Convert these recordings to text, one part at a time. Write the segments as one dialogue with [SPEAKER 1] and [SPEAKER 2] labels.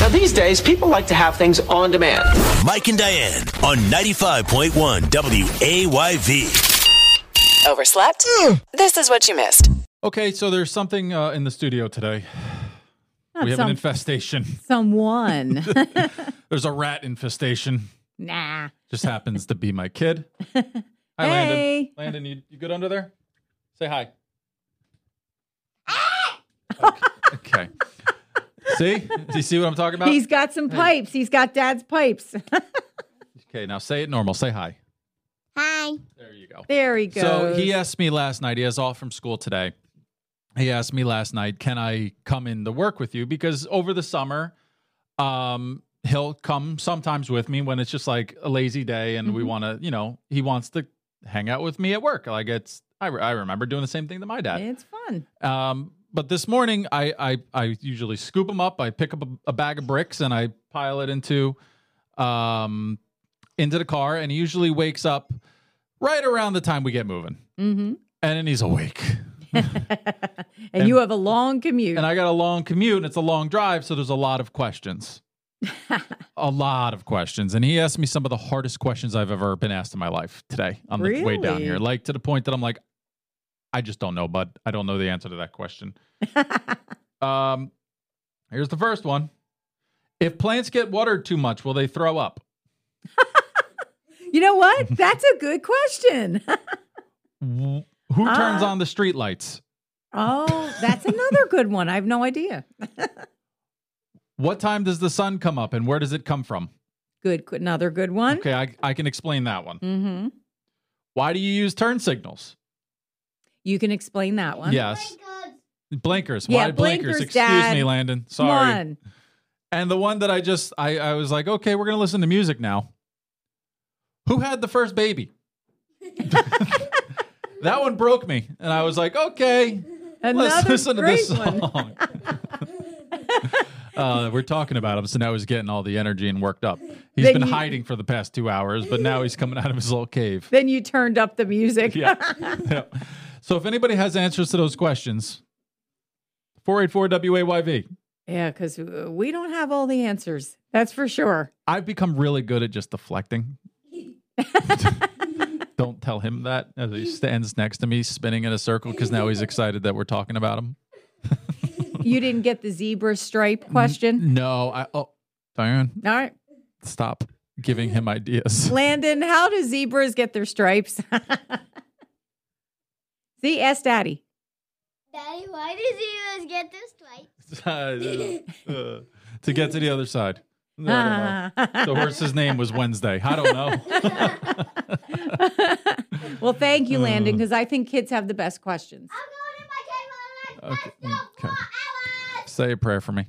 [SPEAKER 1] Now, these days, people like to have things on demand.
[SPEAKER 2] Mike and Diane on 95.1 WAYV.
[SPEAKER 3] Overslept? This is what you missed.
[SPEAKER 4] Okay, so there's something uh, in the studio today. we have
[SPEAKER 5] some-
[SPEAKER 4] an infestation.
[SPEAKER 5] Someone.
[SPEAKER 4] There's a rat infestation.
[SPEAKER 5] nah.
[SPEAKER 4] Just happens to be my kid. Hi,
[SPEAKER 5] Hey.
[SPEAKER 4] Landon. Landon, you, you good under there? Say hi.
[SPEAKER 5] Ah!
[SPEAKER 4] okay. okay. See? Do you see what I'm talking about?
[SPEAKER 5] He's got some pipes. He's got dad's pipes.
[SPEAKER 4] Okay, now say it normal. Say hi.
[SPEAKER 6] Hi.
[SPEAKER 4] There you go.
[SPEAKER 5] there he
[SPEAKER 4] So
[SPEAKER 5] goes.
[SPEAKER 4] he asked me last night. He has off from school today. He asked me last night, "Can I come in to work with you?" Because over the summer, um, he'll come sometimes with me when it's just like a lazy day, and we
[SPEAKER 5] Mm-hmm.
[SPEAKER 4] want to, you know, he wants to hang out with me at work. Like it's, I, re- I remember doing the same thing to my dad.
[SPEAKER 5] It's fun.
[SPEAKER 4] Um, but this morning, I, I I usually scoop them up. I pick up a, a bag of bricks and I pile it into um, into the car. And he usually wakes up right around the time we get moving,
[SPEAKER 5] Mm-hmm.
[SPEAKER 4] and then he's awake.
[SPEAKER 5] And, you have a long commute.
[SPEAKER 4] And I got a long commute, and it's a long drive, so there's a lot of questions. a lot of questions. And he asked me some of the hardest questions I've ever been asked in my life today on the way down
[SPEAKER 5] Really?
[SPEAKER 4] here. Like to the point that I'm like, I just don't know, bud. I don't know the answer to that question. um, here's the first one. If plants get watered too much, will they throw up?
[SPEAKER 5] you know what? That's a good question.
[SPEAKER 4] Wh- Who turns
[SPEAKER 5] Ah.
[SPEAKER 4] on the streetlights?
[SPEAKER 5] oh, that's another good one. I have no idea.
[SPEAKER 4] What time does the sun come up and where does it come from?
[SPEAKER 5] Good. Another good one.
[SPEAKER 4] Okay, I, I can explain that one.
[SPEAKER 5] Mm-hmm.
[SPEAKER 4] Why do you use turn signals?
[SPEAKER 5] You can explain that one.
[SPEAKER 4] Yes. Blinkers.
[SPEAKER 5] Yeah,
[SPEAKER 4] Why blinkers?
[SPEAKER 5] blinkers,
[SPEAKER 4] Excuse
[SPEAKER 5] Dad.
[SPEAKER 4] me, Landon.
[SPEAKER 5] Come
[SPEAKER 4] Sorry.
[SPEAKER 5] on.
[SPEAKER 4] And the one that I just I, I was like, okay, we're gonna listen to music now. Who had the first baby? that one broke me. And I was like, okay,
[SPEAKER 5] Another
[SPEAKER 4] let's listen to
[SPEAKER 5] great
[SPEAKER 4] this
[SPEAKER 5] one.
[SPEAKER 4] song. uh, we're talking about him, so now he's getting all the energy and worked up. He's
[SPEAKER 5] Then
[SPEAKER 4] been
[SPEAKER 5] you-
[SPEAKER 4] hiding for the past two hours, but now he's coming out of his little cave.
[SPEAKER 5] Then you turned up the music.
[SPEAKER 4] yeah. yeah. So if anybody has answers to those questions, 484 WAYV.
[SPEAKER 5] Yeah, because we don't have all the answers. That's for sure.
[SPEAKER 4] I've become really good at just deflecting. Don't tell him that as he stands next to me spinning in a circle because now he's excited that we're talking about him.
[SPEAKER 5] You didn't get the zebra stripe question.
[SPEAKER 4] No, I oh Diane,
[SPEAKER 5] All right.
[SPEAKER 4] stop giving him ideas.
[SPEAKER 5] Landon, how do zebras get their stripes? See, ask daddy.
[SPEAKER 6] Daddy, why did you guys get this twice?
[SPEAKER 4] to get to the other side. I don't know.
[SPEAKER 5] Ah.
[SPEAKER 4] The horse's name was Wednesday. I don't know.
[SPEAKER 5] well, thank you,
[SPEAKER 4] Mm.
[SPEAKER 5] Landon, because I think kids have the best questions.
[SPEAKER 6] I'm going in my cave for the
[SPEAKER 4] Okay, mm,
[SPEAKER 6] next okay.
[SPEAKER 4] okay. Say a prayer for me.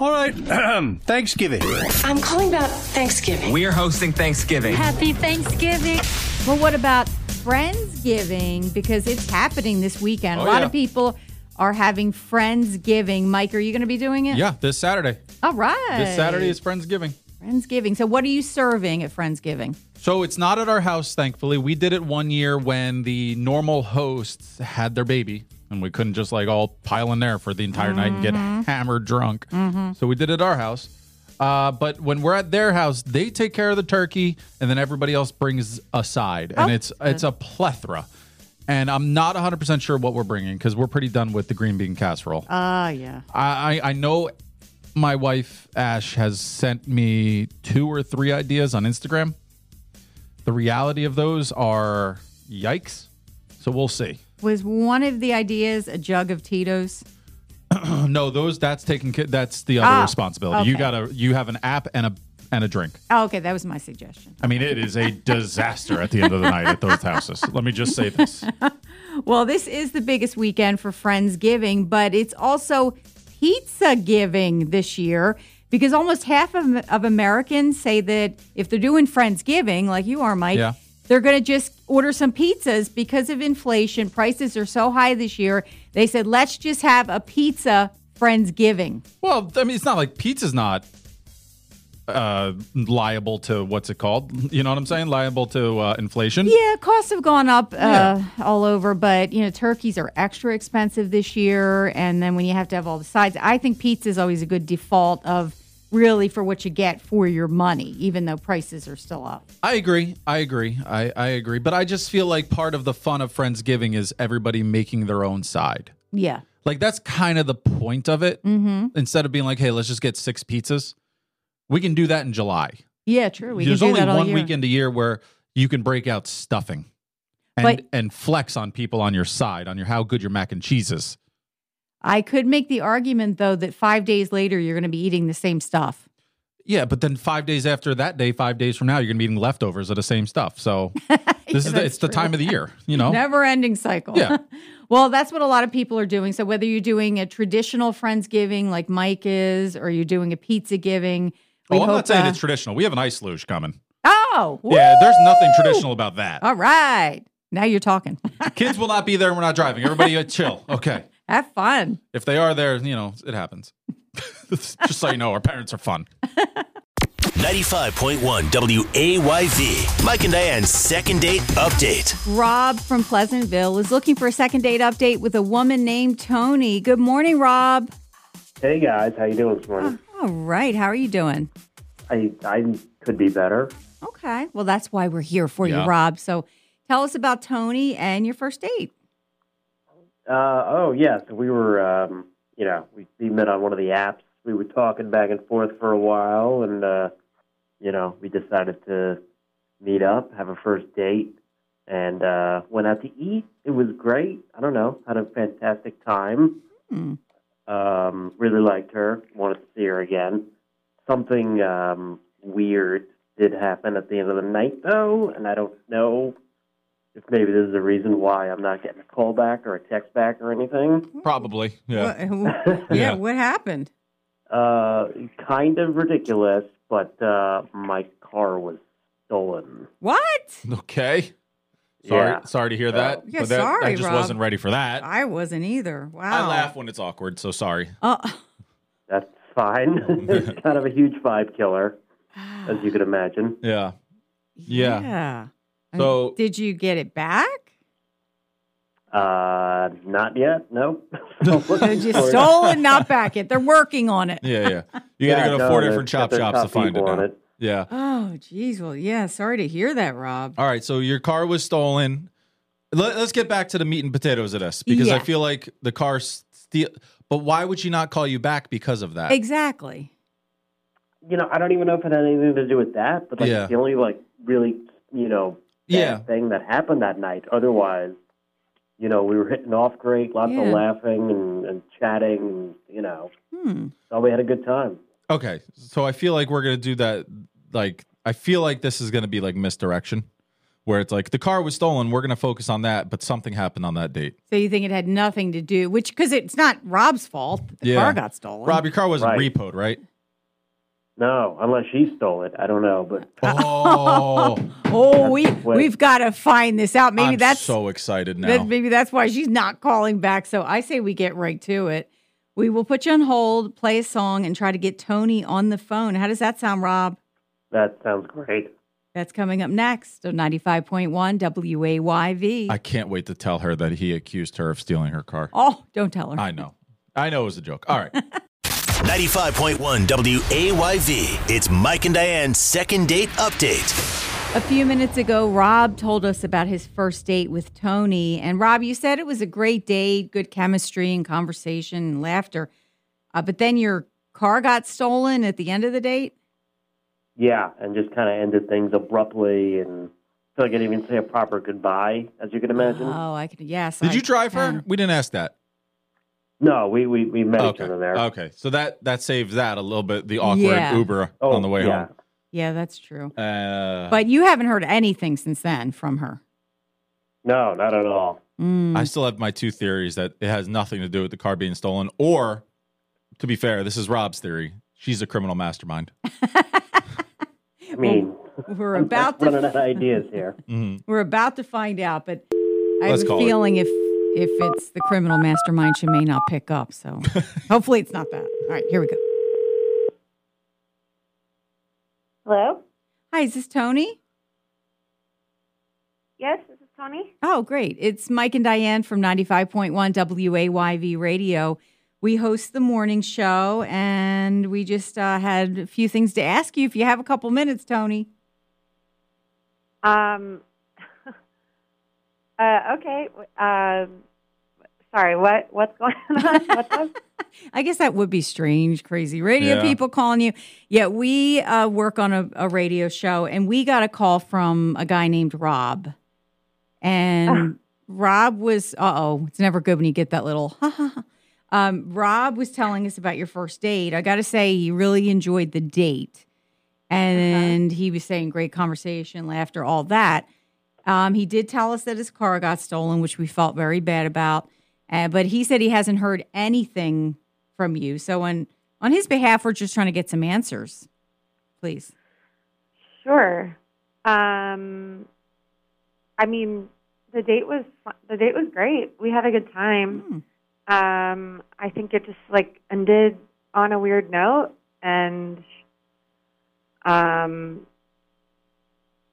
[SPEAKER 7] All right. Thanksgiving.
[SPEAKER 3] I'm calling about Thanksgiving.
[SPEAKER 8] We're hosting Thanksgiving.
[SPEAKER 9] Happy Thanksgiving.
[SPEAKER 5] Well, what about Friendsgiving? Because it's happening this weekend.
[SPEAKER 4] Oh,
[SPEAKER 5] a lot
[SPEAKER 4] yeah.
[SPEAKER 5] of people are having Friendsgiving. Mike, are you going to be doing it?
[SPEAKER 4] Yeah, this Saturday.
[SPEAKER 5] All right.
[SPEAKER 4] This Saturday is Friendsgiving.
[SPEAKER 5] Friendsgiving. So, what are you serving at Friendsgiving?
[SPEAKER 4] So it's not at our house, thankfully. We did it one year when the normal hosts had their baby, and we couldn't just like all pile in there for the entire night and get hammered drunk. So we did it at our house. Uh, but when we're at their house, they take care of the turkey, and then everybody else brings a side, and it's it's a plethora. And I'm not 100% sure what we're bringing because we're pretty done with the green bean casserole.
[SPEAKER 5] Ah, yeah.
[SPEAKER 4] I, I I know my wife Ash has sent me two or three ideas on Instagram. The reality of those are yikes. So we'll see.
[SPEAKER 5] Was one of the ideas a jug of Tito's?
[SPEAKER 4] No, those that's taking ca- that's the other
[SPEAKER 5] Ah,
[SPEAKER 4] responsibility. You
[SPEAKER 5] okay.
[SPEAKER 4] gotta you have an app and a and a drink.
[SPEAKER 5] Oh, okay, that was my suggestion.
[SPEAKER 4] I mean, it is a disaster at the end of the night at those houses. Let me just say this.
[SPEAKER 5] Well, this is the biggest weekend for Friendsgiving, but it's also pizza giving this year because almost half of, of Americans say that if they're doing Friendsgiving, like you are, Mike,
[SPEAKER 4] Yeah.
[SPEAKER 5] they're going to just order some pizzas because of inflation. Prices are so high this year. They said, let's just have a pizza Friendsgiving.
[SPEAKER 4] Well, I mean, it's not like pizza's not uh, liable to what's it called? You know what I'm saying? Liable to uh, inflation.
[SPEAKER 5] Yeah, costs have gone up uh, all over, but you know turkeys are extra expensive this year, and then when you have to have all the sides, I think pizza is always a good default of really for what you get for your money, even though prices are still up.
[SPEAKER 4] I agree. I agree. I, I agree. But I just feel like part of the fun of Friendsgiving is everybody making their own side.
[SPEAKER 5] Yeah,
[SPEAKER 4] Like that's kind of the point of it. Mm-hmm. Instead of being like, hey, let's just get six pizzas, we can do that in July.
[SPEAKER 5] yeah, true. We
[SPEAKER 4] There's
[SPEAKER 5] can do
[SPEAKER 4] only
[SPEAKER 5] that all
[SPEAKER 4] one
[SPEAKER 5] year.
[SPEAKER 4] weekend a year where you can break out stuffing and,
[SPEAKER 5] But-
[SPEAKER 4] and flex on people on your side on your how good your mac and cheese is.
[SPEAKER 5] I could make the argument though that five days later you're going to be eating the same stuff.
[SPEAKER 4] Yeah, but then five days after that day, five days from now, you're gonna be eating leftovers of the same stuff. So this is the, it's the time of the year, you know.
[SPEAKER 5] Never ending cycle.
[SPEAKER 4] Yeah.
[SPEAKER 5] well, that's what a lot of people are doing. So whether you're doing a traditional friendsgiving like Mike is, or you're doing a pizza giving. we
[SPEAKER 4] Oh, I'm
[SPEAKER 5] hope,
[SPEAKER 4] not saying
[SPEAKER 5] uh,
[SPEAKER 4] it's traditional. We have an ice luge coming.
[SPEAKER 5] Oh,
[SPEAKER 4] Yeah, there's nothing
[SPEAKER 5] woo!
[SPEAKER 4] traditional about that.
[SPEAKER 5] All right. Now you're talking.
[SPEAKER 4] Kids will not be there. and We're not driving. Everybody uh, chill. Okay.
[SPEAKER 5] Have fun.
[SPEAKER 4] If they are there, you know, it happens. Just so you know, our parents are fun.
[SPEAKER 2] 95.1 WAYV. Mike and Diane's second date update.
[SPEAKER 5] Rob from Pleasantville is looking for a second date update with a woman named Tony. Good morning, Rob. Oh,
[SPEAKER 8] Hey guys, how you doing this morning?
[SPEAKER 5] All right. How are you doing?
[SPEAKER 8] I I could be better.
[SPEAKER 5] Okay. Well, that's why we're here for
[SPEAKER 4] Yeah.
[SPEAKER 5] you, Rob. So tell us about Tony and your first date.
[SPEAKER 8] Uh, oh yeah, so we were um, you know we, we met on one of the apps. We were talking back and forth for a while, and uh, you know we decided to meet up, have a first date, and uh, went out to eat. It was great. I don't know, had a fantastic time. Um, really liked her. Wanted to see her again. Something um, weird did happen at the end of the night though, and I don't know if maybe this is the reason why I'm not getting a call back or a text back or anything.
[SPEAKER 4] Probably. Yeah.
[SPEAKER 5] What-
[SPEAKER 4] Yeah.
[SPEAKER 5] What happened?
[SPEAKER 8] Uh, kind of ridiculous, but uh, my car was stolen.
[SPEAKER 5] What?
[SPEAKER 4] Okay. Sorry.
[SPEAKER 8] Yeah.
[SPEAKER 4] Sorry to hear that.
[SPEAKER 5] Yeah,
[SPEAKER 4] but that, I
[SPEAKER 5] sorry,
[SPEAKER 4] just
[SPEAKER 5] Rob.
[SPEAKER 4] wasn't ready for that. I,
[SPEAKER 5] I wasn't either. Wow.
[SPEAKER 4] laugh when it's awkward, so sorry.
[SPEAKER 5] Uh,
[SPEAKER 8] That's fine. it's kind of a huge vibe killer, as you can imagine.
[SPEAKER 4] Yeah. Yeah.
[SPEAKER 5] I mean,
[SPEAKER 4] So-
[SPEAKER 5] did you get it back?
[SPEAKER 8] Uh, not yet. Nope.
[SPEAKER 5] They just stole it, not back it. They're working on it.
[SPEAKER 4] Yeah, yeah. You got to
[SPEAKER 8] Yeah,
[SPEAKER 4] go to
[SPEAKER 8] no,
[SPEAKER 4] four
[SPEAKER 8] they've
[SPEAKER 4] different
[SPEAKER 8] got
[SPEAKER 4] chop
[SPEAKER 8] their
[SPEAKER 4] shops to
[SPEAKER 8] top
[SPEAKER 4] find it,
[SPEAKER 8] people on
[SPEAKER 4] now.
[SPEAKER 8] it.
[SPEAKER 4] Yeah.
[SPEAKER 5] Oh, geez. Well, yeah. Sorry to hear that, Rob.
[SPEAKER 4] All right. So your car was stolen. Let, us get back to the meat and potatoes of this because I
[SPEAKER 5] Yeah.
[SPEAKER 4] feel like the car steal. But why would she not call you back because of that?
[SPEAKER 5] Exactly.
[SPEAKER 8] You know, I don't even know if it had anything to do with that, but like
[SPEAKER 4] Yeah.
[SPEAKER 8] it's the only like really, you know, bad
[SPEAKER 4] Yeah.
[SPEAKER 8] thing that happened that night. Otherwise, you know, we were hitting off great, lots
[SPEAKER 5] Yeah.
[SPEAKER 8] of laughing and, and chatting, and, you know.
[SPEAKER 5] Hmm.
[SPEAKER 8] So we had a good time.
[SPEAKER 4] Okay. So I feel like we're going to do that. Like, I feel like this is going to be like misdirection where it's like the car was stolen. We're going to focus on that, but something happened on that date.
[SPEAKER 5] So you think it had nothing to do, which because it's not Rob's fault that the
[SPEAKER 4] Yeah.
[SPEAKER 5] car got stolen.
[SPEAKER 4] Rob, your car wasn't
[SPEAKER 8] Right.
[SPEAKER 4] repoed, right?
[SPEAKER 8] No, unless she stole it. I don't know, but
[SPEAKER 5] Uh,
[SPEAKER 4] Oh,
[SPEAKER 5] oh, we
[SPEAKER 8] Wait.
[SPEAKER 5] we've got to find this out. Maybe
[SPEAKER 4] I'm
[SPEAKER 5] that's
[SPEAKER 4] so excited now.
[SPEAKER 5] that- maybe that's why she's not calling back. So I say we get right to it. We will put you on hold, play a song, and try to get Tony on the phone. How does that sound, Rob?
[SPEAKER 8] that sounds great.
[SPEAKER 5] That's coming up next on 95.1 WAYV.
[SPEAKER 4] I can't wait to tell her that he accused her of stealing her car.
[SPEAKER 5] oh, don't tell her.
[SPEAKER 4] I know. I know it was a joke. All right.
[SPEAKER 2] 95.1 WAYV. It's Mike and Diane's second date update.
[SPEAKER 5] A few minutes ago, Rob told us about his first date with Tony. And Rob, you said it was a great date, good chemistry and conversation and laughter. Uh, but then your car got stolen at the end of the date?
[SPEAKER 8] Yeah, and just kind of ended things abruptly, and I feel like I didn't even say a proper goodbye, as you can imagine.
[SPEAKER 5] Oh, I can. Yes.
[SPEAKER 4] Did
[SPEAKER 5] I
[SPEAKER 4] you drive her?
[SPEAKER 5] can.
[SPEAKER 4] We didn't ask that.
[SPEAKER 8] no, we, we, we met each
[SPEAKER 4] Okay.
[SPEAKER 8] other there.
[SPEAKER 4] Okay. So that that saves that a little bit the awkward
[SPEAKER 5] Yeah.
[SPEAKER 4] Uber
[SPEAKER 8] Oh,
[SPEAKER 4] on the way
[SPEAKER 8] yeah.
[SPEAKER 4] home.
[SPEAKER 5] Yeah, that's true.
[SPEAKER 4] Uh,
[SPEAKER 5] But you haven't heard anything since then from her.
[SPEAKER 8] No, not at all.
[SPEAKER 4] I still have my two theories that it has nothing to do with the car being stolen or to be fair, this is Rob's theory. She's a criminal mastermind.
[SPEAKER 8] I mean,
[SPEAKER 5] We're
[SPEAKER 8] I'm
[SPEAKER 5] about
[SPEAKER 8] running out
[SPEAKER 5] to
[SPEAKER 8] of ideas here.
[SPEAKER 5] we're about to find out, but I
[SPEAKER 4] Let's
[SPEAKER 5] have a
[SPEAKER 4] call it.
[SPEAKER 5] feeling if if it's the criminal mastermind, she may not pick up. So hopefully it's not that. All right, here we go.
[SPEAKER 10] Hello?
[SPEAKER 5] Hi, is this Tony?
[SPEAKER 10] Yes, this is Tony.
[SPEAKER 5] Oh, great. It's Mike and Diane from 95.1 WAYV Radio. We host the morning show, and we just uh, had a few things to ask you if you have a couple minutes, Tony.
[SPEAKER 10] Um, uh, okay. w- Um, sorry, what what's going on? What's up?
[SPEAKER 5] I guess that would be strange, crazy radio
[SPEAKER 4] Yeah.
[SPEAKER 5] people calling you. Yeah, we uh, work on a, a radio show, and we got a call from a guy named Rob. And Rob was, uh oh, it's never good when you get that little, ha ha ha. Um, Rob was telling us about your first date. I got to say, he really enjoyed the date. And he was saying great conversation, laughter, all that. Um, he did tell us that his car got stolen, which we felt very bad about. Uh, but he said he hasn't heard anything from you. So on on his behalf, we're just trying to get some answers, please.
[SPEAKER 10] Sure. Um, I mean, the date was fu- the date was great. We had a good time. Um, I think it just like ended on a weird note, and um,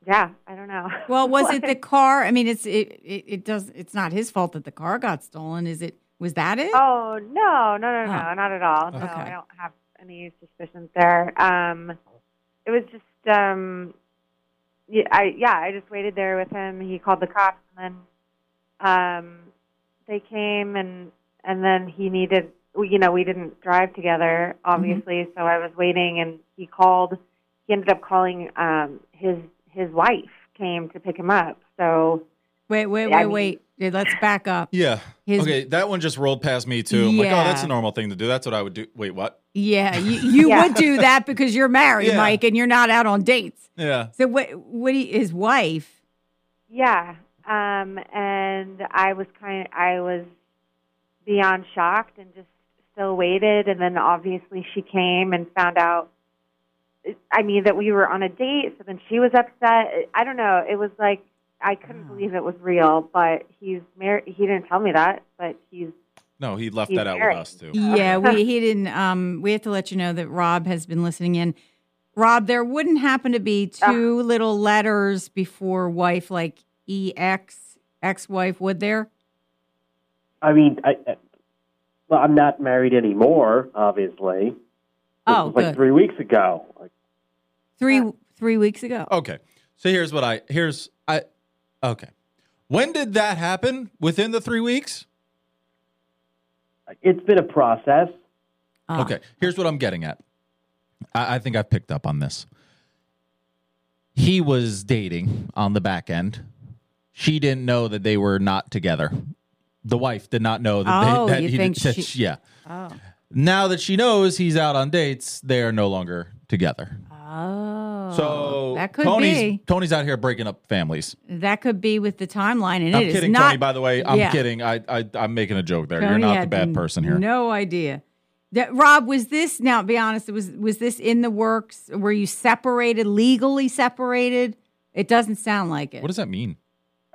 [SPEAKER 10] yeah, I don't know.
[SPEAKER 5] Well, was it the
[SPEAKER 10] Like-
[SPEAKER 5] car? I mean, it's it, it it does. It's not his fault that the car got stolen, is it? Was that it?
[SPEAKER 10] Oh no, no, no, no,
[SPEAKER 5] Oh.
[SPEAKER 10] not at all. No,
[SPEAKER 5] Okay.
[SPEAKER 10] I don't have any suspicions there. Um, it was just, um, yeah, I yeah, I just waited there with him. He called the cops, and then um, they came, and and then he needed, well, you know, we didn't drive together, obviously. So I was waiting, and he called. He ended up calling um, his his wife came to pick him up. So
[SPEAKER 5] Wait, wait,
[SPEAKER 10] I
[SPEAKER 5] wait,
[SPEAKER 10] mean-
[SPEAKER 5] wait. Yeah, Let's back up.
[SPEAKER 4] Yeah.
[SPEAKER 5] His-
[SPEAKER 4] okay, that one just rolled past me too. I'm like, oh, that's
[SPEAKER 5] Yeah.
[SPEAKER 4] a normal thing to do. That's what I would do. Wait, what?
[SPEAKER 5] Yeah, you, you
[SPEAKER 10] Yeah.
[SPEAKER 5] would do that because you're married,
[SPEAKER 4] Yeah.
[SPEAKER 5] Mike, and you're not out on dates.
[SPEAKER 4] Yeah.
[SPEAKER 5] So what? What? He, his wife.
[SPEAKER 10] Yeah. Um, and I was kind I was beyond shocked and just still waited. And then obviously she came and found out, I mean, that we were on a date. So then she was upset. I don't know. It was like, I couldn't believe it was real, but he's married. He didn't tell me that, but he's,
[SPEAKER 4] No, he left
[SPEAKER 10] He's
[SPEAKER 4] that out
[SPEAKER 10] married.
[SPEAKER 4] with us too.
[SPEAKER 5] Yeah, we he didn't. Um, we have to let you know that Rob has been listening in. Rob, there wouldn't happen to be
[SPEAKER 10] Oh.
[SPEAKER 5] two little letters before wife, like ex ex-wife, would there?
[SPEAKER 8] I mean, I, I, well, I'm not married anymore, obviously. This
[SPEAKER 5] Oh,
[SPEAKER 8] was like
[SPEAKER 5] good.
[SPEAKER 8] three weeks ago. Like,
[SPEAKER 5] Three three weeks ago.
[SPEAKER 4] Okay. So here's what I here's I okay. When did that happen? Within the three weeks?
[SPEAKER 8] it's been a process.
[SPEAKER 5] Ah.
[SPEAKER 4] Okay. Here's what I'm getting at. I, I think I've picked up on this. He was dating on the back end. She didn't know that they were not together. The wife did not know that
[SPEAKER 5] Oh,
[SPEAKER 4] they that
[SPEAKER 5] you
[SPEAKER 4] he
[SPEAKER 5] think
[SPEAKER 4] did, that
[SPEAKER 5] she-
[SPEAKER 4] she- yeah.
[SPEAKER 5] Oh.
[SPEAKER 4] Now that she knows he's out on dates, they are no longer together.
[SPEAKER 5] Oh.
[SPEAKER 4] So
[SPEAKER 5] that could
[SPEAKER 4] Tony's
[SPEAKER 5] be.
[SPEAKER 4] Tony's out here breaking up families.
[SPEAKER 5] That could be with the timeline, and
[SPEAKER 4] I'm
[SPEAKER 5] it is
[SPEAKER 4] kidding,
[SPEAKER 5] not.
[SPEAKER 4] Tony. By the way, I'm
[SPEAKER 5] Yeah.
[SPEAKER 4] kidding. I, I I'm making a joke there. You're
[SPEAKER 5] Tony
[SPEAKER 4] not the
[SPEAKER 5] had
[SPEAKER 4] bad person here.
[SPEAKER 5] No idea. That, Rob, was this now? Be honest. Was was this in the works? Were you separated legally? Separated? It doesn't sound like it.
[SPEAKER 4] What does that mean?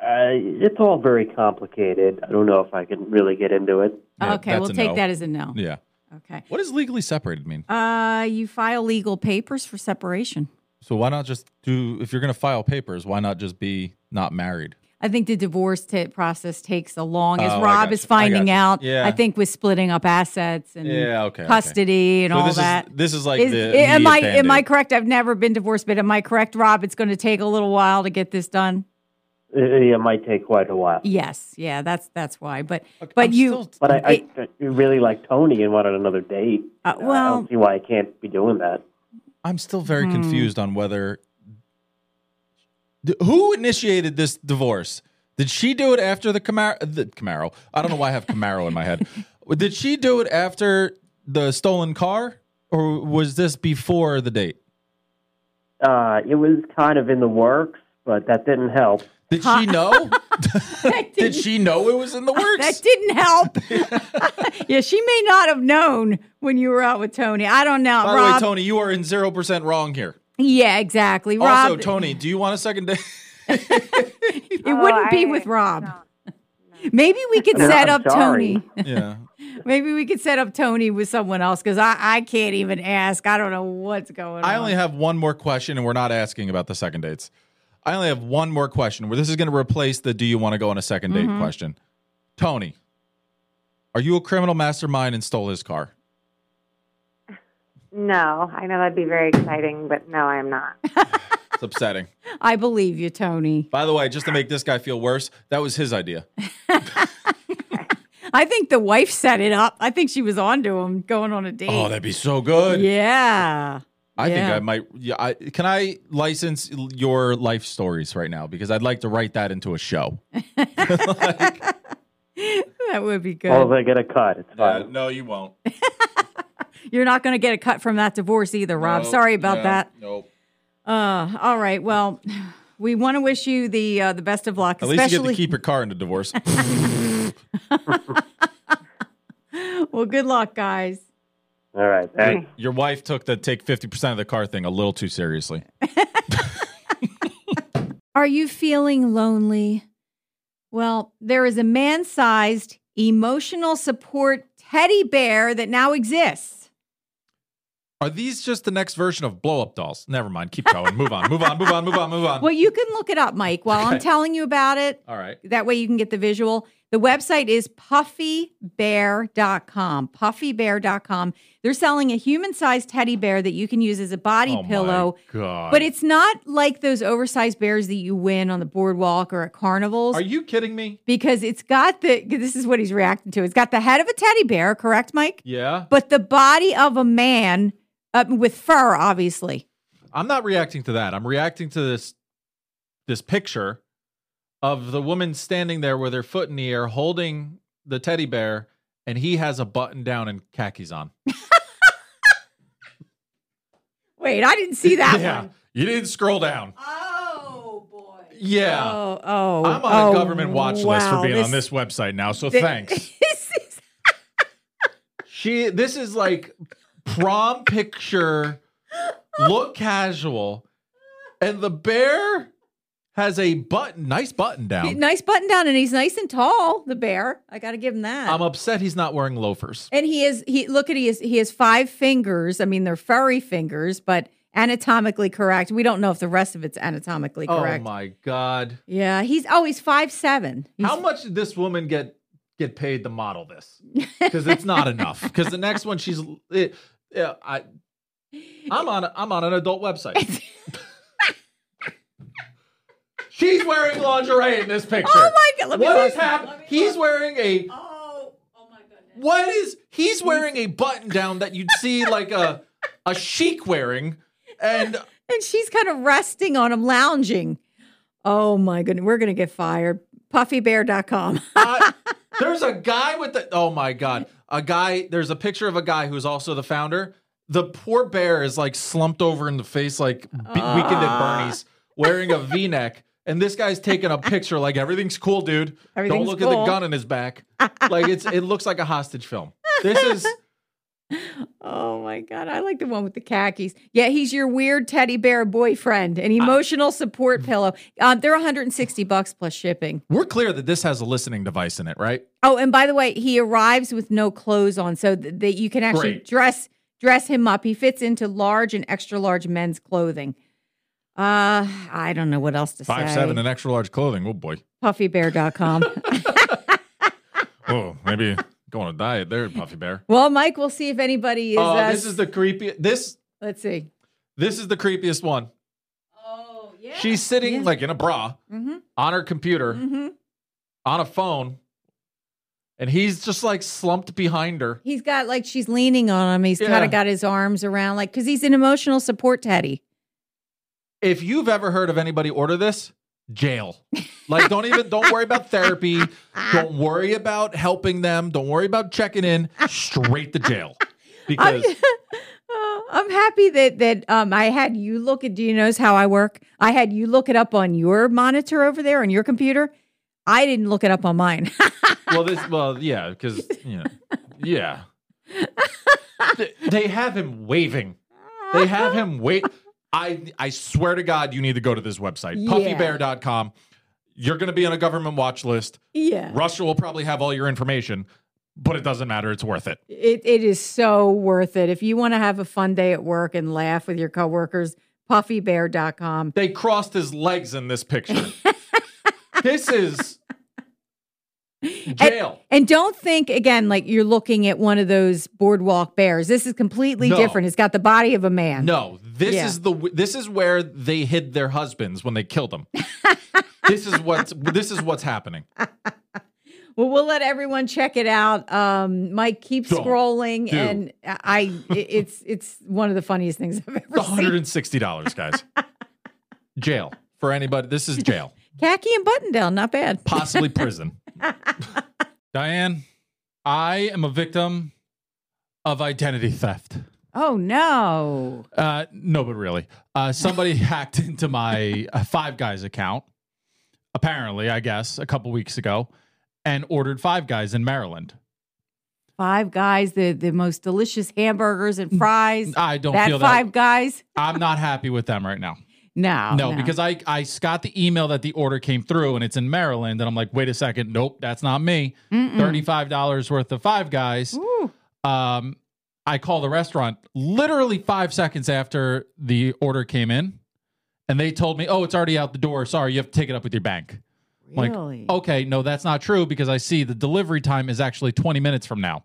[SPEAKER 8] Uh, it's all very complicated. I don't know if I can really get into it.
[SPEAKER 4] Yeah,
[SPEAKER 5] okay,
[SPEAKER 4] that's
[SPEAKER 5] we'll
[SPEAKER 4] a
[SPEAKER 5] take
[SPEAKER 4] no.
[SPEAKER 5] that as a no.
[SPEAKER 4] Yeah.
[SPEAKER 5] Okay.
[SPEAKER 4] What does legally separated mean?
[SPEAKER 5] Uh, you file legal papers for separation.
[SPEAKER 4] So why not just do if you're going to file papers, why not just be not married?
[SPEAKER 5] I think the divorce t- process takes a long, as
[SPEAKER 4] Oh, I
[SPEAKER 5] Rob
[SPEAKER 4] gotcha.
[SPEAKER 5] is
[SPEAKER 4] I
[SPEAKER 5] finding
[SPEAKER 4] gotcha.
[SPEAKER 5] out.
[SPEAKER 4] Yeah.
[SPEAKER 5] I think with splitting up assets and
[SPEAKER 4] Yeah, okay, okay.
[SPEAKER 5] custody and
[SPEAKER 4] So
[SPEAKER 5] all
[SPEAKER 4] this is-
[SPEAKER 5] that.
[SPEAKER 4] this is like the
[SPEAKER 5] am I
[SPEAKER 4] immediate
[SPEAKER 5] am I
[SPEAKER 4] Band-Aid.
[SPEAKER 5] correct? I've never been divorced, but am I correct, Rob? It's going to take a little while to get this done.
[SPEAKER 8] It, it might take quite a while.
[SPEAKER 5] Yes, yeah, that's that's why. But but
[SPEAKER 4] I'm
[SPEAKER 5] you
[SPEAKER 4] still-
[SPEAKER 8] But I,
[SPEAKER 5] It-
[SPEAKER 8] I, I really like Tony and wanted another date.
[SPEAKER 5] Uh,
[SPEAKER 8] I
[SPEAKER 5] well-
[SPEAKER 8] don't see why I can't be doing that.
[SPEAKER 4] I'm still very
[SPEAKER 5] Hmm.
[SPEAKER 4] confused on whether D- who initiated this divorce. Did she do it after the Camaro? The Camaro. I don't know why I have Camaro in my head. Did she do it after the stolen car, or was this before the date?
[SPEAKER 8] Uh, it was kind of in the works, but that didn't help.
[SPEAKER 4] Did she know? Did she know it was in the works?
[SPEAKER 5] That didn't help. yeah, she may not have known when you were out with Tony. I don't know.
[SPEAKER 4] By the way,
[SPEAKER 5] Rob,
[SPEAKER 4] Tony, you are in zero percent wrong here.
[SPEAKER 5] Yeah, exactly.
[SPEAKER 4] Also,
[SPEAKER 5] Rob,
[SPEAKER 4] Tony, do you want a second date?
[SPEAKER 5] it wouldn't be with Rob. Maybe we could
[SPEAKER 4] No,
[SPEAKER 5] set
[SPEAKER 4] I'm
[SPEAKER 5] up
[SPEAKER 4] sorry.
[SPEAKER 5] Tony.
[SPEAKER 4] yeah.
[SPEAKER 5] Maybe we could set up Tony with someone else because I, I can't even ask. I don't know what's going
[SPEAKER 4] I
[SPEAKER 5] on.
[SPEAKER 4] only have one more question, and we're not asking about the second dates. I only have one more question where this is going to replace the do you want to go on a 2nd date
[SPEAKER 5] Mhm.
[SPEAKER 10] Mm-hmm.
[SPEAKER 4] question. Tony, are you a criminal mastermind and stole his car?
[SPEAKER 10] No, I know that'd be very exciting, but no, I am not.
[SPEAKER 4] It's upsetting.
[SPEAKER 5] I believe you, Tony.
[SPEAKER 4] By the way, just to make this guy feel worse, that was his idea.
[SPEAKER 5] I think the wife set it up. I think she was onto him going on a date.
[SPEAKER 4] Oh, that'd be so good.
[SPEAKER 5] Yeah.
[SPEAKER 4] I think
[SPEAKER 5] Yeah.
[SPEAKER 4] I might. Yeah, I, can I license your life stories right now because I'd like to write that into a show.
[SPEAKER 5] that would be good.
[SPEAKER 8] Well, Oh, if I get a cut, it's fine.
[SPEAKER 4] no, you won't.
[SPEAKER 5] You're not going to get a cut from that divorce either, Rob.
[SPEAKER 4] No,
[SPEAKER 5] Sorry about
[SPEAKER 4] no,
[SPEAKER 5] that.
[SPEAKER 4] Nope.
[SPEAKER 5] Uh, all right. Well, we want to wish you the uh, the best of luck,
[SPEAKER 4] At least you get
[SPEAKER 5] especially
[SPEAKER 4] to keep your car in the divorce.
[SPEAKER 5] well, good luck, guys.
[SPEAKER 8] All right.
[SPEAKER 4] your, your wife took the take fifty percent of the car thing a little too seriously.
[SPEAKER 5] Are you feeling lonely? Well, there is a man sized emotional support teddy bear that now exists.
[SPEAKER 4] Are these just the next version of blow up dolls? Never mind. Keep going. Move on. Move on. Move on. Move on. Move on.
[SPEAKER 5] Well, you can look it up, Mike, while I'm
[SPEAKER 4] Okay.
[SPEAKER 5] telling you about it.
[SPEAKER 4] All right.
[SPEAKER 5] That way you can get the visual. The website is puffybear.com. Puffybear.com. They're selling a human sized teddy bear that you can use as a body
[SPEAKER 4] Oh my
[SPEAKER 5] pillow.
[SPEAKER 4] God.
[SPEAKER 5] But it's not like those oversized bears that you win on the boardwalk or at carnivals.
[SPEAKER 4] Are you kidding me?
[SPEAKER 5] Because it's got the, this is what he's reacting to. It's got the head of a teddy bear, correct, Mike?
[SPEAKER 4] Yeah.
[SPEAKER 5] But the body of a man uh, with fur, obviously.
[SPEAKER 4] I'm not reacting to that. I'm reacting to this this picture of the woman standing there with her foot in the air holding the teddy bear and he has a button down and khakis on.
[SPEAKER 5] Wait, I didn't see that
[SPEAKER 4] yeah.
[SPEAKER 5] one.
[SPEAKER 4] You didn't scroll down. Oh boy. Yeah.
[SPEAKER 5] Oh, oh.
[SPEAKER 4] I'm on
[SPEAKER 5] oh,
[SPEAKER 4] a government watch list for
[SPEAKER 5] wow,
[SPEAKER 4] being on this website now, so
[SPEAKER 5] thi-
[SPEAKER 4] thanks.
[SPEAKER 5] this is-
[SPEAKER 4] She this is like prom picture look casual and the bear has a button, nice button down.
[SPEAKER 5] nice button down, and he's nice and tall. The bear, I got to give him that.
[SPEAKER 4] I'm upset he's not wearing loafers.
[SPEAKER 5] and he is he look at he is he has five fingers. I mean, they're furry fingers, but anatomically correct. We don't know if the rest of it's anatomically correct.
[SPEAKER 4] Oh my god!
[SPEAKER 5] Yeah, he's oh he's five seven.
[SPEAKER 4] How much did this woman get get paid to model this? Because it's not enough. Because the next one, she's it, yeah, I. I'm on. A, I'm on an adult website. she's wearing lingerie in this picture.
[SPEAKER 5] Oh my God, let me
[SPEAKER 4] What
[SPEAKER 5] look.
[SPEAKER 4] is happening? He's wearing a. Oh, oh my goodness. What is? He's wearing a button down that you'd see like a a chic wearing, and
[SPEAKER 5] And she's kind of resting on him, lounging. Oh my goodness, we're gonna get fired. Puffybear.com.
[SPEAKER 4] I- there's a guy with the oh my god a guy there's a picture of a guy who's also the founder the poor bear is like slumped over in the face like be-
[SPEAKER 5] Ah.
[SPEAKER 4] weekend at bernie's wearing a v-neck and this guy's taking a picture like everything's cool dude
[SPEAKER 5] Everything's
[SPEAKER 4] don't look at
[SPEAKER 5] cool.
[SPEAKER 4] the gun in his back like it's it looks like a hostage film this is
[SPEAKER 5] Oh my God. I like the one with the khakis. Yeah, he's your weird teddy bear boyfriend, an emotional support pillow. Um, they're 160 bucks plus shipping.
[SPEAKER 4] we're clear that this has a listening device in it right
[SPEAKER 5] Oh, and by the way, he arrives with no clothes on so th- that you can actually
[SPEAKER 4] Great.
[SPEAKER 5] dress dress him up. He fits into large and extra large men's clothing. Uh, I don't know what else to
[SPEAKER 4] five
[SPEAKER 5] say.
[SPEAKER 4] seven and extra large clothing oh boy
[SPEAKER 5] Puffybear.com.
[SPEAKER 4] oh maybe go on a diet there puffy bear
[SPEAKER 5] well, Mike, we'll see if anybody is.
[SPEAKER 4] oh
[SPEAKER 5] uh,
[SPEAKER 4] this is the creepy this
[SPEAKER 5] let's see.
[SPEAKER 4] This is the creepiest one. Oh, yeah. Mm-hmm. She's sitting like in a bra
[SPEAKER 5] Mhm.
[SPEAKER 4] on her computer,
[SPEAKER 5] Mhm.
[SPEAKER 4] on a phone, and he's just like slumped behind her.
[SPEAKER 5] He's got like she's leaning on him. He's kind
[SPEAKER 4] Yeah.
[SPEAKER 5] of got his arms around, like, because he's an emotional support teddy.
[SPEAKER 4] If you've ever heard of anybody order this, jail. Like don't even don't worry about therapy, don't worry about helping them, don't worry about checking in, straight to jail. Because
[SPEAKER 5] Oh, I'm, I'm happy that that um, I had you look at. Do you knows how I work? I had you look it up on your monitor over there on your computer. I didn't look it up on mine.
[SPEAKER 4] well, this, well, yeah, because you know, yeah, they, they have him waving. They have him wait. I I swear to God, you need to go to this website,
[SPEAKER 5] Yeah.
[SPEAKER 4] PuffyBear.com. You're going to be on a government watch list.
[SPEAKER 5] yeah,
[SPEAKER 4] Russia will probably have all your information, but it doesn't matter. It's worth it.
[SPEAKER 5] it it is so worth it if you want to have a fun day at work and laugh with your coworkers. Puffybear.com.
[SPEAKER 4] They crossed his legs in this picture. this is jail.
[SPEAKER 5] And don't think again like you're looking at one of those boardwalk bears. This is completely
[SPEAKER 4] No.
[SPEAKER 5] different. It's got the body of a man.
[SPEAKER 4] No, this
[SPEAKER 5] Yeah.
[SPEAKER 4] is the this is where they hid their husbands when they killed them. this is what's this is what's happening.
[SPEAKER 5] Well, we'll let everyone check it out. Um, Mike, keep
[SPEAKER 4] Don't
[SPEAKER 5] scrolling,
[SPEAKER 4] do.
[SPEAKER 5] and I it- it's it's one of the funniest things I've ever
[SPEAKER 4] One
[SPEAKER 5] seen.
[SPEAKER 4] hundred and sixty dollars, guys. jail for anybody. This is jail,
[SPEAKER 5] Khaki and button down, not bad.
[SPEAKER 4] possibly prison. Diane, I am a victim of identity theft.
[SPEAKER 5] Oh no!
[SPEAKER 4] Uh, no, but really, uh, somebody hacked into my uh, Five Guys account. Apparently, I guess a couple weeks ago, and ordered Five Guys in Maryland.
[SPEAKER 5] Five Guys, the the most delicious hamburgers and fries.
[SPEAKER 4] I don't
[SPEAKER 5] that
[SPEAKER 4] feel that.
[SPEAKER 5] Five Guys.
[SPEAKER 4] I'm not happy with them right now.
[SPEAKER 5] No,
[SPEAKER 4] no, because I I got the email that the order came through and it's in Maryland and I'm like, wait a second, nope, that's not me. Thirty five dollars worth of Five Guys.
[SPEAKER 5] Ooh.
[SPEAKER 4] Um, I call the restaurant literally five seconds after the order came in, and they told me, oh, it's already out the door. Sorry, you have to take it up with your bank. I'm
[SPEAKER 5] Really?
[SPEAKER 4] Like, oh, okay, no, that's not true because I see the delivery time is actually 20 minutes from now.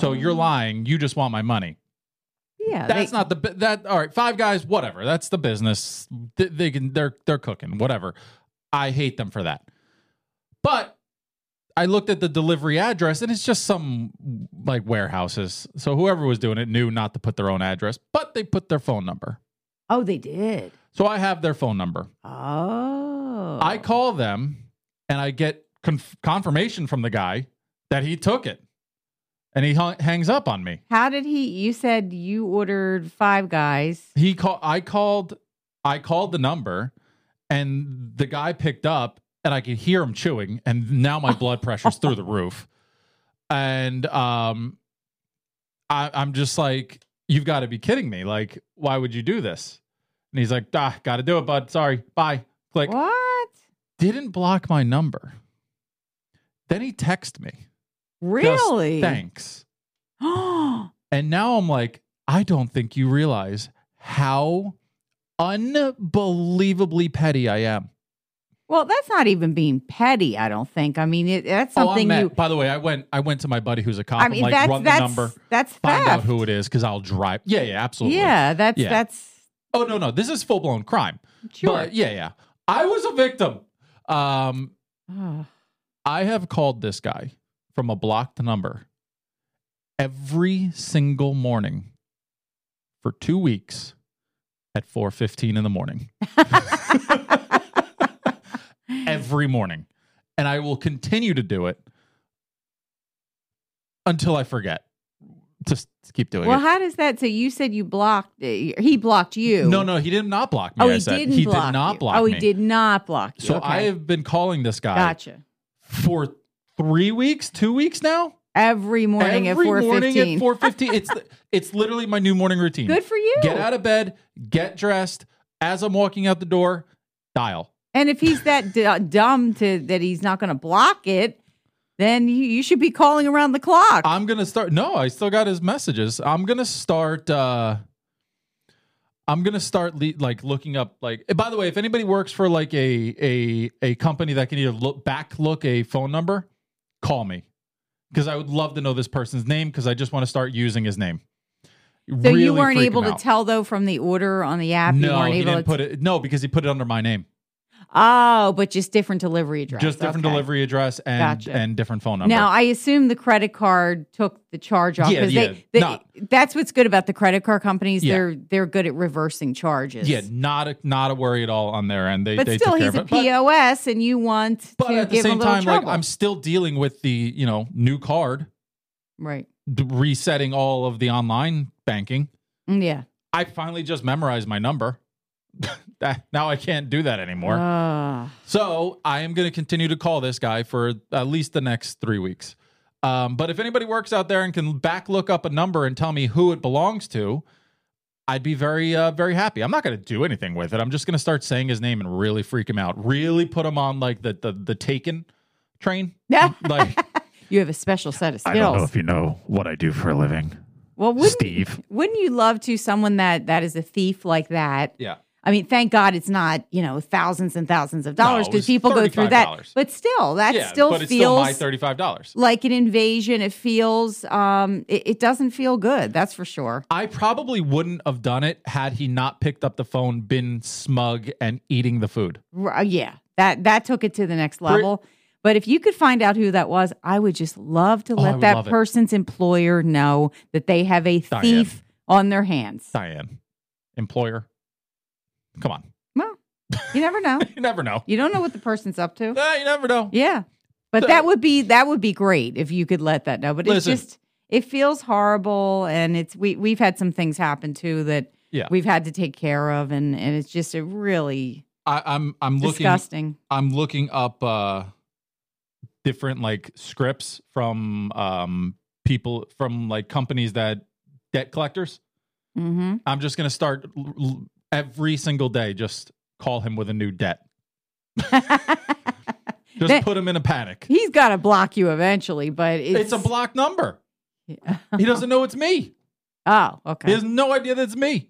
[SPEAKER 4] So
[SPEAKER 5] Oh.
[SPEAKER 4] you're lying. You just want my money.
[SPEAKER 5] yeah,
[SPEAKER 4] That's
[SPEAKER 5] they-
[SPEAKER 4] not the bu- that. All right, Five Guys, whatever. That's the business. They, they can they're they're cooking whatever. I hate them for that. But I looked at the delivery address and it's just some like warehouses. So whoever was doing it knew not to put their own address, but they put their phone number.
[SPEAKER 5] Oh, they did.
[SPEAKER 4] So I have their phone number.
[SPEAKER 5] Oh,
[SPEAKER 4] I call them and I get conf- confirmation from the guy that he took it, and he hung- hangs up on me.
[SPEAKER 5] How did he? You said you ordered Five Guys.
[SPEAKER 4] he called i called i called the number and the guy picked up and i could hear him chewing and now my blood pressure's through the roof and um I, i'm just like you've got to be kidding me like why would you do this and he's like ah gotta do it bud sorry bye click
[SPEAKER 5] What?
[SPEAKER 4] didn't block my number then he texted me Just,
[SPEAKER 5] Really?
[SPEAKER 4] thanks
[SPEAKER 5] Oh.
[SPEAKER 4] and now I'm like, I don't think you realize how unbelievably petty I am.
[SPEAKER 5] Well, that's not even being petty. I don't think. I mean, it, that's
[SPEAKER 4] Oh, I'm
[SPEAKER 5] something
[SPEAKER 4] mad.
[SPEAKER 5] you.
[SPEAKER 4] By the way, I went. I went to my buddy who's a cop.
[SPEAKER 5] I
[SPEAKER 4] I
[SPEAKER 5] mean,
[SPEAKER 4] am like,
[SPEAKER 5] that's
[SPEAKER 4] run
[SPEAKER 5] that's
[SPEAKER 4] the number,
[SPEAKER 5] that's
[SPEAKER 4] find out
[SPEAKER 5] theft.
[SPEAKER 4] who it is, because I'll drive. Yeah, yeah, absolutely.
[SPEAKER 5] yeah, that's
[SPEAKER 4] Yeah.
[SPEAKER 5] that's
[SPEAKER 4] Oh no, no, this is full blown crime.
[SPEAKER 5] sure.
[SPEAKER 4] But yeah, yeah, I was a victim. Um,
[SPEAKER 5] Ugh.
[SPEAKER 4] I have called this guy from a blocked number every single morning for two weeks at 4.15 in the morning. every morning. And I will continue to do it until I forget. Just keep doing
[SPEAKER 5] well,
[SPEAKER 4] it.
[SPEAKER 5] how does that? So you said you blocked. uh, He blocked you.
[SPEAKER 4] No, no, he did not block me.
[SPEAKER 5] Oh,
[SPEAKER 4] I
[SPEAKER 5] he
[SPEAKER 4] said.
[SPEAKER 5] didn't.
[SPEAKER 4] he
[SPEAKER 5] block
[SPEAKER 4] did not
[SPEAKER 5] you.
[SPEAKER 4] block
[SPEAKER 5] Oh,
[SPEAKER 4] me.
[SPEAKER 5] he did not block you.
[SPEAKER 4] So
[SPEAKER 5] okay.
[SPEAKER 4] I have been calling this guy
[SPEAKER 5] gotcha.
[SPEAKER 4] for three weeks, two weeks now.
[SPEAKER 5] Every morning
[SPEAKER 4] Every
[SPEAKER 5] at four
[SPEAKER 4] morning at
[SPEAKER 5] fifteen.
[SPEAKER 4] four fifteen. It's it's literally my new morning routine.
[SPEAKER 5] Good for you.
[SPEAKER 4] Get out of bed, get dressed. As I'm walking out the door, dial.
[SPEAKER 5] And if he's that d- dumb to that he's not going to block it, then you, you should be calling around the clock.
[SPEAKER 4] I'm gonna start. No, I still got his messages. I'm gonna start. uh I'm gonna start le- like looking up like. By the way, if anybody works for like a a a company that can either look back look a phone number, call me because I would love to know this person's name because I just want to start using his name.
[SPEAKER 5] so you weren't able to tell though from the order on the app. you
[SPEAKER 4] No,
[SPEAKER 5] weren't
[SPEAKER 4] he
[SPEAKER 5] able
[SPEAKER 4] didn't
[SPEAKER 5] to
[SPEAKER 4] put it. No, because he put it under my name.
[SPEAKER 5] Oh, but just different delivery address.
[SPEAKER 4] Just different
[SPEAKER 5] Okay.
[SPEAKER 4] delivery address and
[SPEAKER 5] Gotcha.
[SPEAKER 4] and different phone number.
[SPEAKER 5] Now, I assume the credit card took the charge off
[SPEAKER 4] Yeah,
[SPEAKER 5] because
[SPEAKER 4] yeah,
[SPEAKER 5] they, they,
[SPEAKER 4] not-
[SPEAKER 5] that's what's good about the credit card companies.
[SPEAKER 4] Yeah.
[SPEAKER 5] They're they're good at reversing charges.
[SPEAKER 4] yeah, not a not a worry at all on their end. They
[SPEAKER 5] but
[SPEAKER 4] they
[SPEAKER 5] still,
[SPEAKER 4] took care
[SPEAKER 5] he's
[SPEAKER 4] of
[SPEAKER 5] a
[SPEAKER 4] it. But-
[SPEAKER 5] POS, and you want
[SPEAKER 4] But,
[SPEAKER 5] to
[SPEAKER 4] at the
[SPEAKER 5] give him
[SPEAKER 4] same
[SPEAKER 5] a little
[SPEAKER 4] time,
[SPEAKER 5] trouble,
[SPEAKER 4] like I'm still dealing with the you know new card,
[SPEAKER 5] right?
[SPEAKER 4] d- resetting all of the online banking.
[SPEAKER 5] Mm, Yeah,
[SPEAKER 4] I finally just memorized my number. that now I can't do that anymore.
[SPEAKER 5] Ah.
[SPEAKER 4] So I am going to continue to call this guy for at least the next three weeks. Um, but if anybody works out there and can back look up a number and tell me who it belongs to, I'd be very, uh, very happy. I'm not going to do anything with it. I'm just going to start saying his name and really freak him out. Really put him on like the the, the Taken train.
[SPEAKER 5] Yeah.
[SPEAKER 4] Like
[SPEAKER 5] you have a special set of skills.
[SPEAKER 4] you know what I do for a living,
[SPEAKER 5] well, wouldn't,
[SPEAKER 4] Steve.
[SPEAKER 5] wouldn't you love to someone that that is a thief like that?
[SPEAKER 4] Yeah.
[SPEAKER 5] I mean, thank God it's not you know thousands and thousands of dollars
[SPEAKER 4] it
[SPEAKER 5] because
[SPEAKER 4] was
[SPEAKER 5] people go through that.
[SPEAKER 4] $35.
[SPEAKER 5] But still, that
[SPEAKER 4] yeah,
[SPEAKER 5] still
[SPEAKER 4] but it's still
[SPEAKER 5] feels
[SPEAKER 4] my thirty five dollars.
[SPEAKER 5] like an invasion. It feels um, it, it doesn't feel good. That's for sure.
[SPEAKER 4] I probably wouldn't have done it had he not picked up the phone, been smug, and eating the food.
[SPEAKER 5] R- uh, yeah, that that took it to the next level. but if you could find out who that was, I would just love to
[SPEAKER 4] Oh, I
[SPEAKER 5] let
[SPEAKER 4] would
[SPEAKER 5] that
[SPEAKER 4] love it.
[SPEAKER 5] person's employer know that they have a
[SPEAKER 4] Diane.
[SPEAKER 5] thief on their hands.
[SPEAKER 4] Diane, employer, come on,
[SPEAKER 5] Well, you never know.
[SPEAKER 4] you never know.
[SPEAKER 5] you don't know what the person's up to.
[SPEAKER 4] Ah, you never know.
[SPEAKER 5] Yeah. But
[SPEAKER 4] So-
[SPEAKER 5] that would be that would be great if you could let that know. But it's
[SPEAKER 4] Listen.
[SPEAKER 5] just it feels horrible and it's we we've had some things happen too that
[SPEAKER 4] Yeah.
[SPEAKER 5] we've had to take care of and and it's just a really
[SPEAKER 4] I, I'm I'm looking
[SPEAKER 5] disgusting.
[SPEAKER 4] I'm looking up uh different like scripts from um people from like companies that debt collectors.
[SPEAKER 5] Mm-hmm.
[SPEAKER 4] I'm just gonna start l- l- every single day. Just call him with a new debt. Just
[SPEAKER 5] That-
[SPEAKER 4] put him in a panic.
[SPEAKER 5] He's got to block you eventually, but it's,
[SPEAKER 4] It's a block number.
[SPEAKER 5] Yeah.
[SPEAKER 4] He doesn't know it's me.
[SPEAKER 5] Oh,
[SPEAKER 4] He
[SPEAKER 5] okay.
[SPEAKER 4] has no idea that it's me.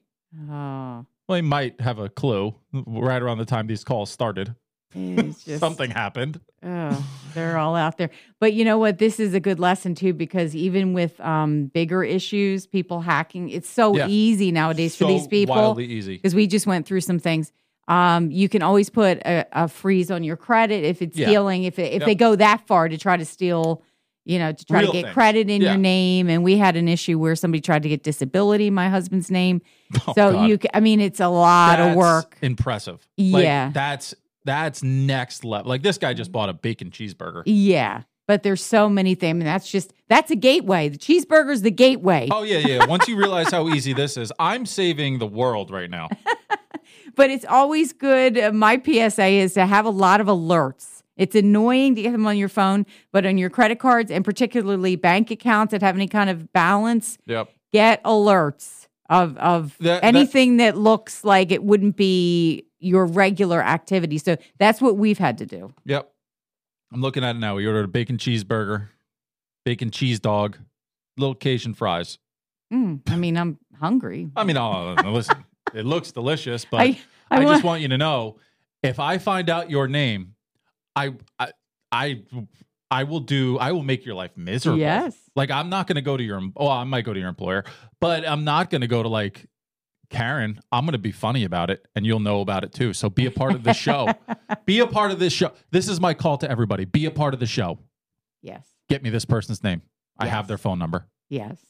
[SPEAKER 5] Oh,
[SPEAKER 4] Well, he might have a clue right around the time these calls started.
[SPEAKER 5] it's just,
[SPEAKER 4] Something happened.
[SPEAKER 5] Oh, they're all out there. But you know what? This is a good lesson too, because even with um, bigger issues, people hacking, it's so
[SPEAKER 4] Yeah.
[SPEAKER 5] easy nowadays
[SPEAKER 4] so
[SPEAKER 5] for these people.
[SPEAKER 4] wildly easy.
[SPEAKER 5] Because we just went through some things. Um, you can always put a, a freeze on your credit if it's
[SPEAKER 4] Yeah.
[SPEAKER 5] stealing. If it, if they
[SPEAKER 4] Yep.
[SPEAKER 5] go that far to try to steal, you know, to try
[SPEAKER 4] Real
[SPEAKER 5] to get
[SPEAKER 4] things.
[SPEAKER 5] credit in
[SPEAKER 4] Yeah.
[SPEAKER 5] your name. And we had an issue where somebody tried to get disability in my husband's name.
[SPEAKER 4] Oh,
[SPEAKER 5] so
[SPEAKER 4] God.
[SPEAKER 5] you, ca- I mean, it's a lot
[SPEAKER 4] That's
[SPEAKER 5] of work.
[SPEAKER 4] Impressive.
[SPEAKER 5] Yeah.
[SPEAKER 4] Like, that's that's next level. Like this guy just bought a bacon cheeseburger.
[SPEAKER 5] Yeah. But there's so many things. I mean, that's just that's a gateway. The cheeseburger's the gateway.
[SPEAKER 4] Oh yeah, yeah. Once you realize how easy this is, I'm saving the world right now.
[SPEAKER 5] But it's always good. uh, My PSA is to have a lot of alerts. It's annoying to get them on your phone, but on your credit cards and particularly bank accounts that have any kind of balance,
[SPEAKER 4] Yep.
[SPEAKER 5] get alerts of of
[SPEAKER 4] That- that-
[SPEAKER 5] anything that looks like it wouldn't be your regular activity. So that's what we've had to do.
[SPEAKER 4] Yep. I'm looking at it now. We ordered a bacon cheeseburger, bacon cheese dog, little Cajun fries.
[SPEAKER 5] Mm, I mean, I'm hungry.
[SPEAKER 4] I mean, oh, listen, it looks delicious, but
[SPEAKER 5] I-
[SPEAKER 4] I,
[SPEAKER 5] I
[SPEAKER 4] just
[SPEAKER 5] want-
[SPEAKER 4] want you to know if I find out your name, I, I, I, I will do. I will make your life miserable.
[SPEAKER 5] Yes.
[SPEAKER 4] Like I'm not going to go to your. em- Oh, I might go to your employer, but I'm not going to go to like Karen. I'm going to be funny about it, and you'll know about it too. So be a part of the show. be a part of this show. This is my call to everybody. Be a part of the show.
[SPEAKER 5] Yes.
[SPEAKER 4] Get me this person's name. I
[SPEAKER 5] Yes.
[SPEAKER 4] have their phone number.
[SPEAKER 5] Yes.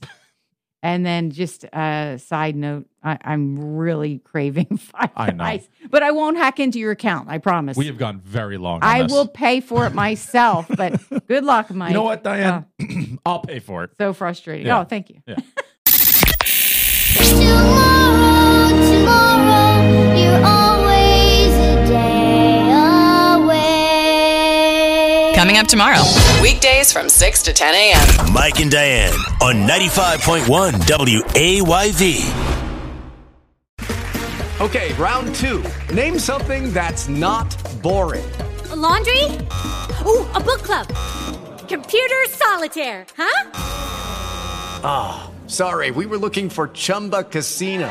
[SPEAKER 5] And then just a uh, side note, I, I'm really craving five
[SPEAKER 4] I know.
[SPEAKER 5] Guys, but I won't hack into your account. I promise.
[SPEAKER 4] We have gone very long. on
[SPEAKER 5] I
[SPEAKER 4] this.
[SPEAKER 5] will pay for it myself. but good luck, Mike.
[SPEAKER 4] You know what, Diane?
[SPEAKER 5] Oh,
[SPEAKER 4] I'll pay for it.
[SPEAKER 5] so frustrating.
[SPEAKER 4] Yeah.
[SPEAKER 5] Oh, thank you.
[SPEAKER 6] Tomorrow, tomorrow, you're always a day away.
[SPEAKER 3] Coming up tomorrow, weekdays from 6 to 10 a.m.
[SPEAKER 2] Mike and Diane on 95.1 WAYV.
[SPEAKER 11] Okay, round two. Name something that's not boring.
[SPEAKER 9] A laundry? Ooh, a book club. Computer solitaire, huh?
[SPEAKER 11] Sorry, we were looking for Chumba Casino.